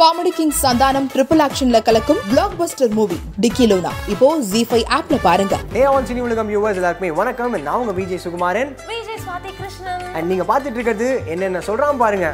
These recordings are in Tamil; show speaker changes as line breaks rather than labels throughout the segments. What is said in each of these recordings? కామెడీ కింగ్ సంతానం ட்ரிபிள் ஆக்ஷன்ல கலக்கும் பிளாக் பஸ்டர் மூவி டிக்கிலோனா இப்போ ஜி ஃபைவ் ஆப்ல பாருங்க
ஏ ஆல் சினி உலகம் யூவர்ஸ் எல்லாருக்குமே வணக்கம் நான் உங்க விஜய் சுகுமாரன்
விஜய் சுவாதி கிருஷ்ணன்
அண்ட் நீங்க பார்த்துட்டு இருக்கிறது என்னென்ன சொல்றான் பாருங்க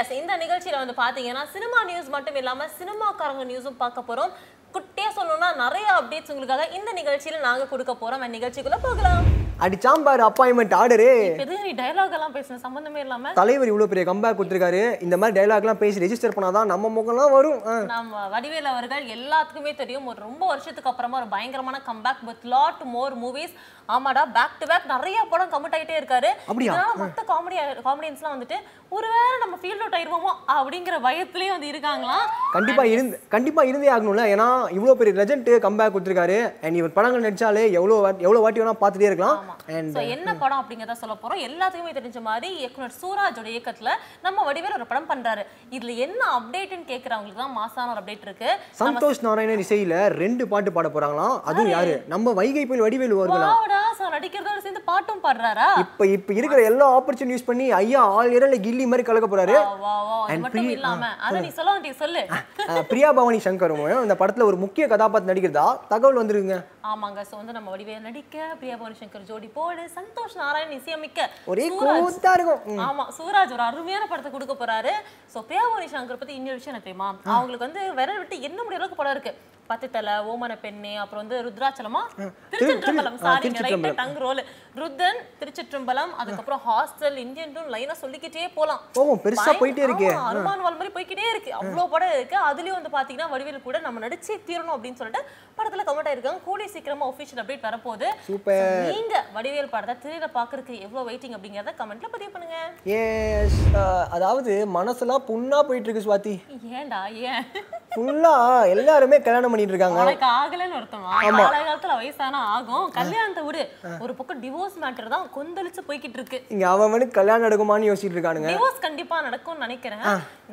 எஸ் இந்த நிகழ்ச்சியில வந்து பாத்தீங்கன்னா சினிமா நியூஸ் மட்டும் இல்லாம சினிமாக்காரங்க நியூஸும் பார்க்க போறோம் குட்டியா சொல்லணும்னா நிறைய அப்டேட்ஸ் உங்களுக்காக இந்த நிகழ்ச்சியில நாங்க கொடுக்க போறோம் அந்த நிகழ்ச்சிக்குள்ள போகலாம்
அடிச்சாம்பார் அப்பாயின்மெண்ட் ஆர்டரு
எதுக்கு நீ டயலாக் எல்லாம் பேசுன சம்பந்தமே இல்லாம
தலைவர் இவ்வளோ பெரிய கம்பேக் கொடுத்துருக்காரு இந்த மாதிரி டைலாக்லாம் பேசி ரெஜிஸ்டர் பண்ணாதான் நம்ம முகம்லாம் வரும் ஆ.
நம்ம வடிவேல் அவர்கள் எல்லாத்துக்குமே தெரியும் ஒரு ரொம்ப வருஷத்துக்கு அப்புறமா ஒரு பயங்கரமான comeback with lot more movies ஆமாடா பேக் டு பேக் நிறைய படம் கமிட் ஆயிட்டே இருக்காரு
அப்படியா?
இதனால மொத்த காமெடி காமெடியன்ஸ்லாம் வந்துட்டு ஒருவேளை நம்ம ஃபீல்ட் அவுட் ஆயிருவோமோ அப்படிங்கிற பயத்துலயே வந்து இருக்காங்களாம்
கண்டிப்பா இருந்து கண்டிப்பா இருந்தே ஆகணும்ல ஏன்னா இவ்வளோ பெரிய லெஜண்ட் கம்பேக் கொடுத்துருக்காரு அண்ட் இவர் படங்கள் நடிச்சாலே எவ்வளோ வாட்- எவ்வளோ வாட்டி வேணா பார்த்துட்டே இருக்கலாம் அண்ட்
சோ என்ன படம் அப்படிங்கறத சொல்ல போறோம் எல்லாத்துக்குமே தெரிஞ்ச மாதிரி இயக்குனர் சூராஜோட இயக்கத்துல நம்ம வடிவேல் ஒரு படம் பண்றாரு இதுல என்ன அப்டேட்னு கேக்குறவங்களுக்கு தான் மாசான ஒரு அப்டேட் இருக்கு
சந்தோஷ் நாராயணன் இசையில ரெண்டு பாட்டு பாட போறாங்களாம் அதுவும் யாரு நம்ம வைகை போய் வடிவேலு வருவலாம்
வாவடா சோ நடிக்கிறதோட சேர்ந்து பாட்டும் பாடுறாரா
இப்ப இப்ப இருக்கிற எல்லா ஆப்பர்ச்சுனிட்டி யூஸ் பண்ணி ஐயா ஆள் இரல கில்லி மாதிரி கலக்க போறாரு
வா, வா, வா, அது
And
மட்டும்
pre-
இல்லாம அத நீ சொல்ல வேண்டிய சொல்லு
அஹ், பிரியா பவானி சங்கரும் இந்த படத்துல ஒரு முக்கிய கதாபாத்திரம் நடிக்கிறதா தகவல் வந்திருக்குங்க
ஆமாங்க சோ வந்து நம்ம வடிவேல் நடிக்க பிரியா பவானி சங்கர் ஜோடி போடு சந்தோஷ் நாராயண் இசையமைக்க
ஒரே
சூரா-
கோத்தா இருக்கும் ம்.
ஆமா சூராஜ் ஒரு அருமையான படத்தை கொடுக்க போறாரு சோ பிரியாபுரி சங்கர் பத்தி இன்னொரு விஷயம் எனக்கு தெரியுமா அவங்களுக்கு வந்து விரல் விட்டு என்ன முடிய அளவுக்கு படம் இருக்கு பத்து தலை ஓமன பெண்ணு அப்புறம் வந்து ருத்ராச்சலமா Thiruchitrambalam sorry right
Thiruchitrambalam.
Tongue roll ருத்தன் திருச்சிற்றம்பலம் அதுக்கப்புறம் ஹாஸ்டல் இந்தியன் டூன் லைனா சொல்லிக்கிட்டே போலாம்
ஓ, பெருசா
பயங்க-
போயிட்டே இருக்கே.
ஆமா, அனுமான் வால் மாதிரி போய்க்கிட்டே இருக்கு அவ்வளவு படம் இருக்கு அதுலயும் வந்து பாத்தீங்கன்னா வடிவேல் கூட நம்ம நடிச்சு தீரணும் அப்படின்னு சொல்லிட்டு படத்துல கமெண்ட் ஆயிருக்காங்க கூடிய சீக்கிரமா ஒபிஷியல் அப்டேட் வரப்போகுது
Super.
So, நீங்க வடிவேல் படத்தை திரையில பாக்குறதுக்கு எவ்வளவு வெயிட்டிங் அப்படிங்கறத கமெண்ட்ல பதிவு பண்ணுங்க
Yes, அஹ், அதாவது மனசெல்லாம் புண்ணா போயிட்டு இருக்கு சுவாதி
ஏன்டா ஏன்
ஃபுல்லா எல்லாருமே கல்யாணம் பண்ணிட்டு இருக்காங்க
உனக்கு ஆகலைன்னு ஒருத்தமா கால காலத்துல வயசானா ஆகும் கல்யாணத்தை விடு ஒரு பக்கம் டிவோர்ஸ் மேட்டர் தான் கொந்தளிச்சு போய்கிட்டு இருக்கு
இங்க அவனுக்கு கல்யாணம் நடக்குமான்னு யோசிச்சுட்டு இருக்கானுங்க
டிவோர்ஸ் கண்டிப்பா நடக்கும்னு நினைக்கிறேன்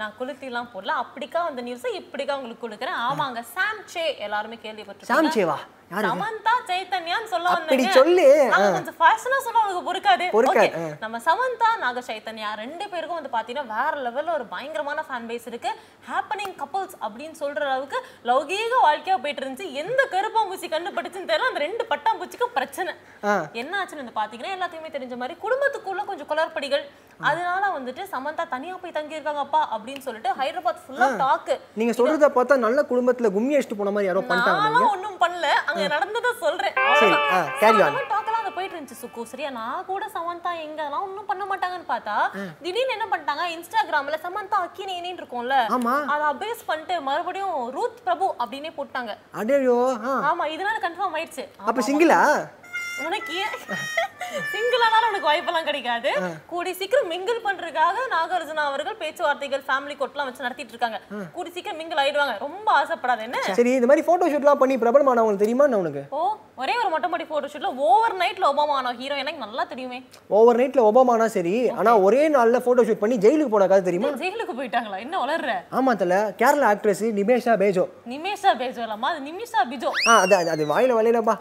நான் கொளுத்தி எல்லாம் போடல அப்படிக்கா அந்த நியூஸ் இப்படிக்கா உங்களுக்கு கொடுக்குறேன் ஆமாங்க சாம் சே எல்லாருமே
சாம்
கேள்விப்பட்டிருக்காங்க
சேவா யாரு
சமந்தா சைத்தன்யான்னு சொல்ல
அப்படி
வந்தேங்க
சொல்லு.
நாங்க கொஞ்சம் ஃபேஷனா சொன்னா உங்களுக்கு பொறுக்காது
பொறுக்காது,
Okay, நம்ம சமந்தா நாக சைத்தன்யா ரெண்டு பேருக்கும் வந்து பாத்தீங்கன்னா வேற லெவல்ல ஒரு பயங்கரமான ஃபேன் பேஸ் இருக்கு ஹேப்பனிங் கப்பல்ஸ் அப்படின்னு சொல்ற அளவுக்கு லௌகீக வாழ்க்கையா போயிட்டு இருந்துச்சு எந்த கருப்பாம்பூச்சி கண்டுபட்டுச்சுன்னு தெரியல அந்த ரெண்டு பட்டாம்பூச்சிக்கு பிரச்சனை
ஆ.
என்ன ஆச்சுன்னு வந்து பாத்தீங்கன்னா எல்லாத்துக்குமே தெரிஞ்ச மாதிரி குடும்பத்துக்குள்ள கொஞ்சம் குளறுபடிகள் அதனால வந்துட்டு சமந்தா தனியா போய் தங்கி இருக்காங்கப்பா அப்படின்னு சொல்லிட்டு ஹைதராபாத் ஃபுல்லா டாக்கு
நீங்க சொல்றத பார்த்தா நல்ல குடும்பத்துல கும்மி அடிச்சுட்டு போன மாதிரி யாரோ பண்ணிட்டாங்க
நானும் ஒண்ணும் பண்ணல அங்க நடந்ததை சொல்றேன்
சரி ஆ கேரி ஆன்
டாக்கெல்லாம் அங்க போயிட்டு இருந்துச்சு சுக்கு சரியா நான் கூட சமந்தா எங்க எல்லாம் ஒண்ணும் பண்ண மாட்டாங்கன்னு பார்த்தா திடீர்னு என்ன பண்ணிட்டாங்க இன்ஸ்டாகிராம்ல சமந்தா அக்கினேனின்னு இருக்கும்ல
ஆமா
அதை அபேஸ் பண்ணிட்டு மறுபடியும் ரூத் பிரபு அப்படின்னே போட்டாங்க
அடேயோ ஆ.
ஆமா இதனால கன்ஃபார்ம் ஆயிடுச்சு
அப்ப சிங்கிளா
உனக்கு சிங்கிளானால உனக்கு வாய்ப்பெல்லாம் கிடைக்காது கூடி சீக்கிரம் மிங்கிள் பண்றதுக்காக நாகார்ஜுனா அவர்கள் பேச்சுவார்த்தைகள் ஃபேமிலி கோட்லாம் வச்சு நடத்திட்டு இருக்காங்க கூடி சீக்கிரம் மிங்கிள் ஆயிடுவாங்க ரொம்ப ஆசைப்படாத என்ன
சரி இந்த மாதிரி போட்டோ ஷூட்லாம் பண்ணி பிரபலமானவங்களுக்கு தெரியுமா என்ன உனக்கு
ஓ ஒரே ஒரு மொட்டை மாடி போட்டோ ஷூட்ல ஓவர் நைட்ல ஒபாமா ஆன ஹீரோ எனக்கு நல்லா தெரியுமே
ஓவர் நைட்ல ஒபாமானா சரி ஆனா ஒரே நாள்ல போட்டோ ஷூட் பண்ணி ஜெயிலுக்கு போன கதை தெரியுமா
ஜெயிலுக்கு போயிட்டாங்களா என்ன வளர்ற
ஆமா தல கேரளா ஆக்ட்ரஸ் நிமேஷா பேஜோ
நிமிஷா பேஜோலாமா அது நிமிஷா பிஜோ
ஆ அது அது- அது வாயில வலையிலப்பா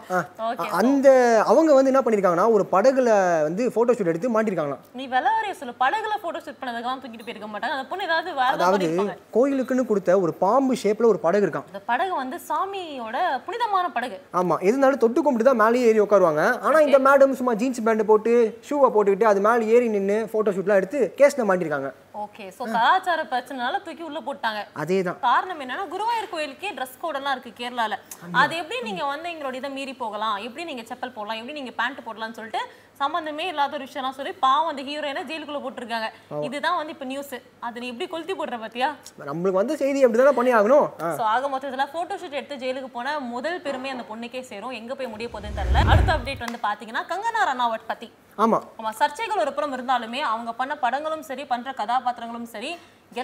Okay.
அந்த அவங்க வந்து என்ன பண்ணிருக்காங்கன்னா ஒரு படகுல வந்து போட்டோ ஷூட் எடுத்து மாட்டிருக்காங்களாம்
நீ விலவரைய சொல்லு படகுல போட்டோ ஷூட் பண்ணதுக்கெல்லாம் தூக்கிட்டு போயிருக்க மாட்டாங்க அந்த பொண்ணு ஏதாவது வேற ஏதாவது
அதாவது
பண்ணிருப்பாங்க.
கோயிலுக்குன்னு கொடுத்த ஒரு பாம்பு ஷேப்ல ஒரு படகு இருக்கான்
இந்த படகு வந்து சாமியோட புனிதமான படகு
ஆமா இருந்தாலும் தொட்டு கும்பிட்டு தான் மேலே ஏறி உட்காருவாங்க ஆனா இந்த மேடம் சும்மா ஜீன்ஸ் பேண்ட் போட்டு ஷூவை போட்டுக்கிட்டு அது மேலே ஏறி நின்று போட்டோ ஷூட்லாம் எடுத்து கேஸ்ல மாட்டிருக்காங்க
ஓகே சோ கலாச்சார பிரச்சனைனால தூக்கி உள்ள போட்டாங்க
அதே தான்
காரணம் என்னன்னா குருவாயூர் கோயிலுக்கே ட்ரெஸ் கோடெல்லாம் இருக்கு கேரளால அது எப்படி நீங்க வந்து எங்களோட இதை மீறி போகலாம் எப்படி நீங்க செப்பல் போடலாம் எப்படி நீங்க பேண்ட் போடலாம்னு சொல்லிட்டு சம்பந்தமே இல்லாத ஒரு விஷயம்லாம் சொல்லி பாவம் அந்த ஹீரோயினை ஜெயிலுக்குள்ள போட்டிருக்காங்க இதுதான் வந்து இப்ப நியூஸ் அது நீ எப்படி கொளுத்தி போடுற பாத்தியா
நம்மளுக்கு வந்து செய்தி அப்படிதானே பண்ணி ஆகணும் ஆ.
சோ ஆக மொத்தத்துல போட்டோ ஷூட் எடுத்து ஜெயிலுக்கு போன முதல் பெருமை அந்த பொண்ணுக்கே சேரும் எங்க போய் முடிய போகுதுன்னு தெரியல அடுத்த அப்டேட் வந்து பாத்தீங்கன்னா கங்கனா ரனாவட் பத்தி
ஆமா
ஆமா சர்ச்சைகள் ஒரு புறம் இருந்தாலுமே அவங்க பண்ண படங்களும் சரி பண்ற கதாபாத்திரங்களும் சரி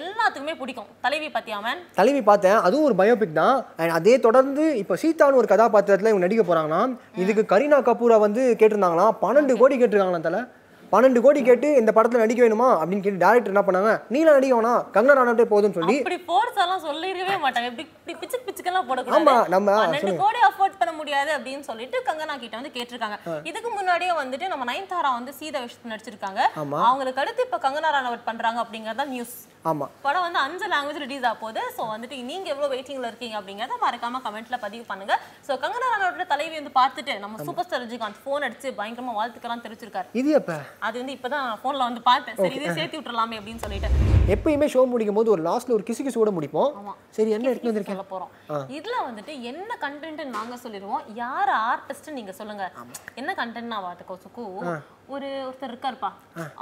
எல்லாத்துக்குமே பிடிக்கும் தலைவி பத்தியாமன்
தலைவி பார்த்தேன் அதுவும் ஒரு பயோபிக் தான் அண்ட் அதே தொடர்ந்து இப்போ சீதான்னு ஒரு கதாபாத்திரத்தில் இவங்க நடிக்க போறாங்களாம் இதுக்கு கரீனா கபூரை வந்து கேட்டிருந்தாங்களாம் பன்னெண்டு கோடி கேட்டிருக்காங்களாம் தலை பன்னெண்டு கோடி கேட்டு இந்த படத்துல நடிக்க வேணுமா அப்படின்னு கேட்டு டேரக்டர் என்ன பண்ணாங்க நீலாம் நடிக்க வேணாம் கங்கனா ராணாட்டே போதும்னு சொல்லி
இப்படி போர்ஸ் எல்லாம் சொல்லிடவே மாட்டாங்க இப்படி இப்படி பிச்சு பிச்சுக்கெல்லாம்
ஆமா,
போடக்கூடாது
நம்ம
பன்னெண்டு
சொல்லுங்க.
கோடி அஃபோர்ட் பண்ண முடியாது அப்படின்னு சொல்லிட்டு கங்கனா கிட்ட வந்து கேட்டிருக்காங்க இதுக்கு முன்னாடியே வந்துட்டு நம்ம நயன்தாரா வந்து சீதா விஷயத்து நடிச்சிருக்காங்க
ஆமா.
அவங்களுக்கு அடுத்து இப்ப கங்கனா ராணவட் பண்றாங்க அப்படிங்கறத நியூஸ்
ஆமா
படம் வந்து அஞ்சு லாங்குவேஜ் ரிலீஸ் ஆக போகுது ஸோ வந்துட்டு நீங்க எவ்வளவு வெயிட்டிங்ல இருக்கீங்க அப்படிங்கறத மறக்காம கமெண்ட்ல பதிவு பண்ணுங்க ஸோ கங்கனா ராணவட்டோட தலைவி வந்து பார்த்துட்டு நம்ம சூப்பர் ஸ்டார் ரஜினிகாந்த் ஃபோன் அடிச்சு பயங்கரமா வாழ்த்துக்கெல்லாம் தெரிவிச்சிருக்காரு
இது எப்ப
அது வந்து இப்பதான் ஃபோன்ல வந்து பார்த்தேன் சரி இதே சேர்த்து விட்டுறலாமே அப்படின்னு சொல்லிட்டு
எப்பயுமே ஷோ முடிக்கும் போது ஒரு லாஸ்ட்ல ஒரு கிசு கிசுவோட முடிப்போம்
ஆமா.
சரி என்ன எடுத்து
கிசுகிசு
வந்திருக்கேன்
சொல்ல போறோம் இதுல வந்துட்டு என்ன கண்டென்ட் நாங்க சொல்லிடுவோம் யார் ஆர்டிஸ்ட் நீங்க சொல்லுங்க என்ன கண்டென்ட் நான் பாத்துக்கோ சுக்கு ஒரு ஒருத்தர் இருக்காருப்பா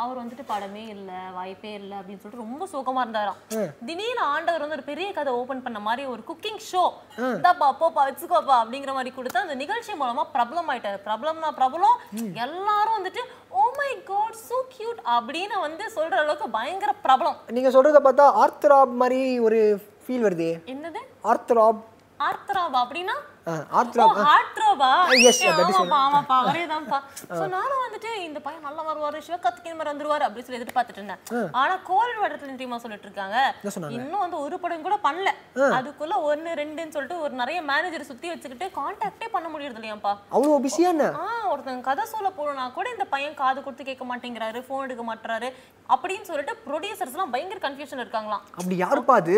அவர் வந்துட்டு படமே இல்ல வாய்ப்பே இல்ல அப்படின்னு சொல்லிட்டு ரொம்ப சோகமா இருந்தாராம் திடீர்னு ஆண்டவர் வந்து ஒரு பெரிய கதை ஓபன் பண்ண மாதிரி ஒரு குக்கிங் ஷோ இந்தாப்பா போப்பா வச்சுக்கோப்பா அப்படிங்கிற மாதிரி கொடுத்து அந்த நிகழ்ச்சி மூலமா பிரபலம் ஆயிட்டாரு பிரபலம்னா பிரபலம் எல்லாரும் வந்துட்டு "Oh oh my god so cute அப்படின்னு வந்து சொல்ற அளவுக்கு பயங்கர பிரபலம்
நீங்க சொல்றத பார்த்தா ஆர்த்ராப் மாதிரி ஒரு ஃபீல் வருதே
என்னது
ஆர்த்ராப்
ஆர்த்ராபா அப்படின்னா ஓ,
ஆர்த்ராப்
heart throb ah?
yes,
A,
that is
ஆமாப்பா, ஆமாப்பா, அவரேதான்ப்பா. So, நானும் வந்துட்டு இந்த பையன் நல்லா வருவாரு, சிவகார்த்திகேயன் மாதிரி வந்துருவாரு அப்படின்னு சொல்லி எதிர்பார்த்துட்டு இருந்தேன். ஆனா, கோவில் வடத்துல தெரியுமா சொல்லிட்டு இருக்காங்க?
என்ன சொன்னாங்க?
இன்னும் வந்து ஒரு படம் கூட பண்ணல. அதுக்குள்ள ஒண்ணு, ரெண்டுன்னு சொல்லிட்டு ஒரு நிறைய manager சுத்தி வச்சுக்கிட்டு contact ஏ பண்ண முடியறது இல்லையாம்ப்பா.
அவ்வளோ பிஸியா என்ன
ஆ, ஒருத்தங்க கதை சொல்ல போகணும்னா கூட இந்த பையன் காது கொடுத்து கேட்க மாட்டேங்கிறாரு phone எடுக்க மாட்றாரு அப்படின்னு சொல்லிட்டு ப்ரொடியூசர்ஸ் எல்லாம் பயங்கர கன்ஃபியூஷன் இருக்காங்களாம்
அப்படி யாருப்பா அது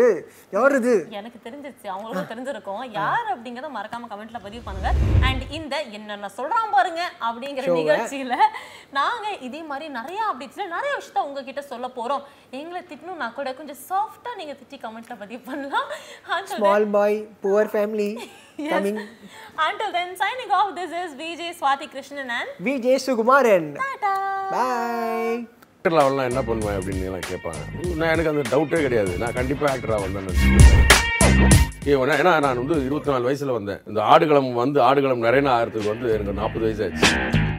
யார் இது
எனக்கு தெரிஞ்சிருச்சு அவங்களுக்கும் தெரிஞ்சிருக்கும் யார் அப்படிங்கறத மறக்காம கமெண்ட்ல பதிவு பண்ணுங்க அண்ட் இந்த என்னென்ன சொல்றான் பாருங்க அப்படிங்கிற நிகழ்ச்சியில நாங்க இதே மாதிரி நிறைய அப்டேட்ஸ்ல நிறைய விஷயத்த உங்ககிட்ட சொல்ல போறோம் எங்களை திட்டணும்னா கூட கொஞ்சம் சாஃப்டா நீங்க திட்டி கமெண்ட்ல பதிவு பண்ணலாம் Until
small boy poor family
then-
coming
until then signing off this is Vijay Swathi Krishnan and
Vijay Sukumaran
ta-ta.
Bye
actor அவெல்லாம் என்ன பண்ணுவேன் அப்படின்னு எல்லாம் கேட்பாங்க நான் எனக்கு அந்த டவுட்டே கிடையாது நான் கண்டிப்பாக ஆக்டர் ஆவேன் நினச்சிருக்கேன் ஏன்னா நான் வந்து இருபத்தி நாலு வயசில் வந்தேன் இந்த ஆடுகளம் வந்து ஆடுகளம் நிறைய ஆகிறதுக்கு வந்து எனக்கு நாற்பது வயசு ஆச்சு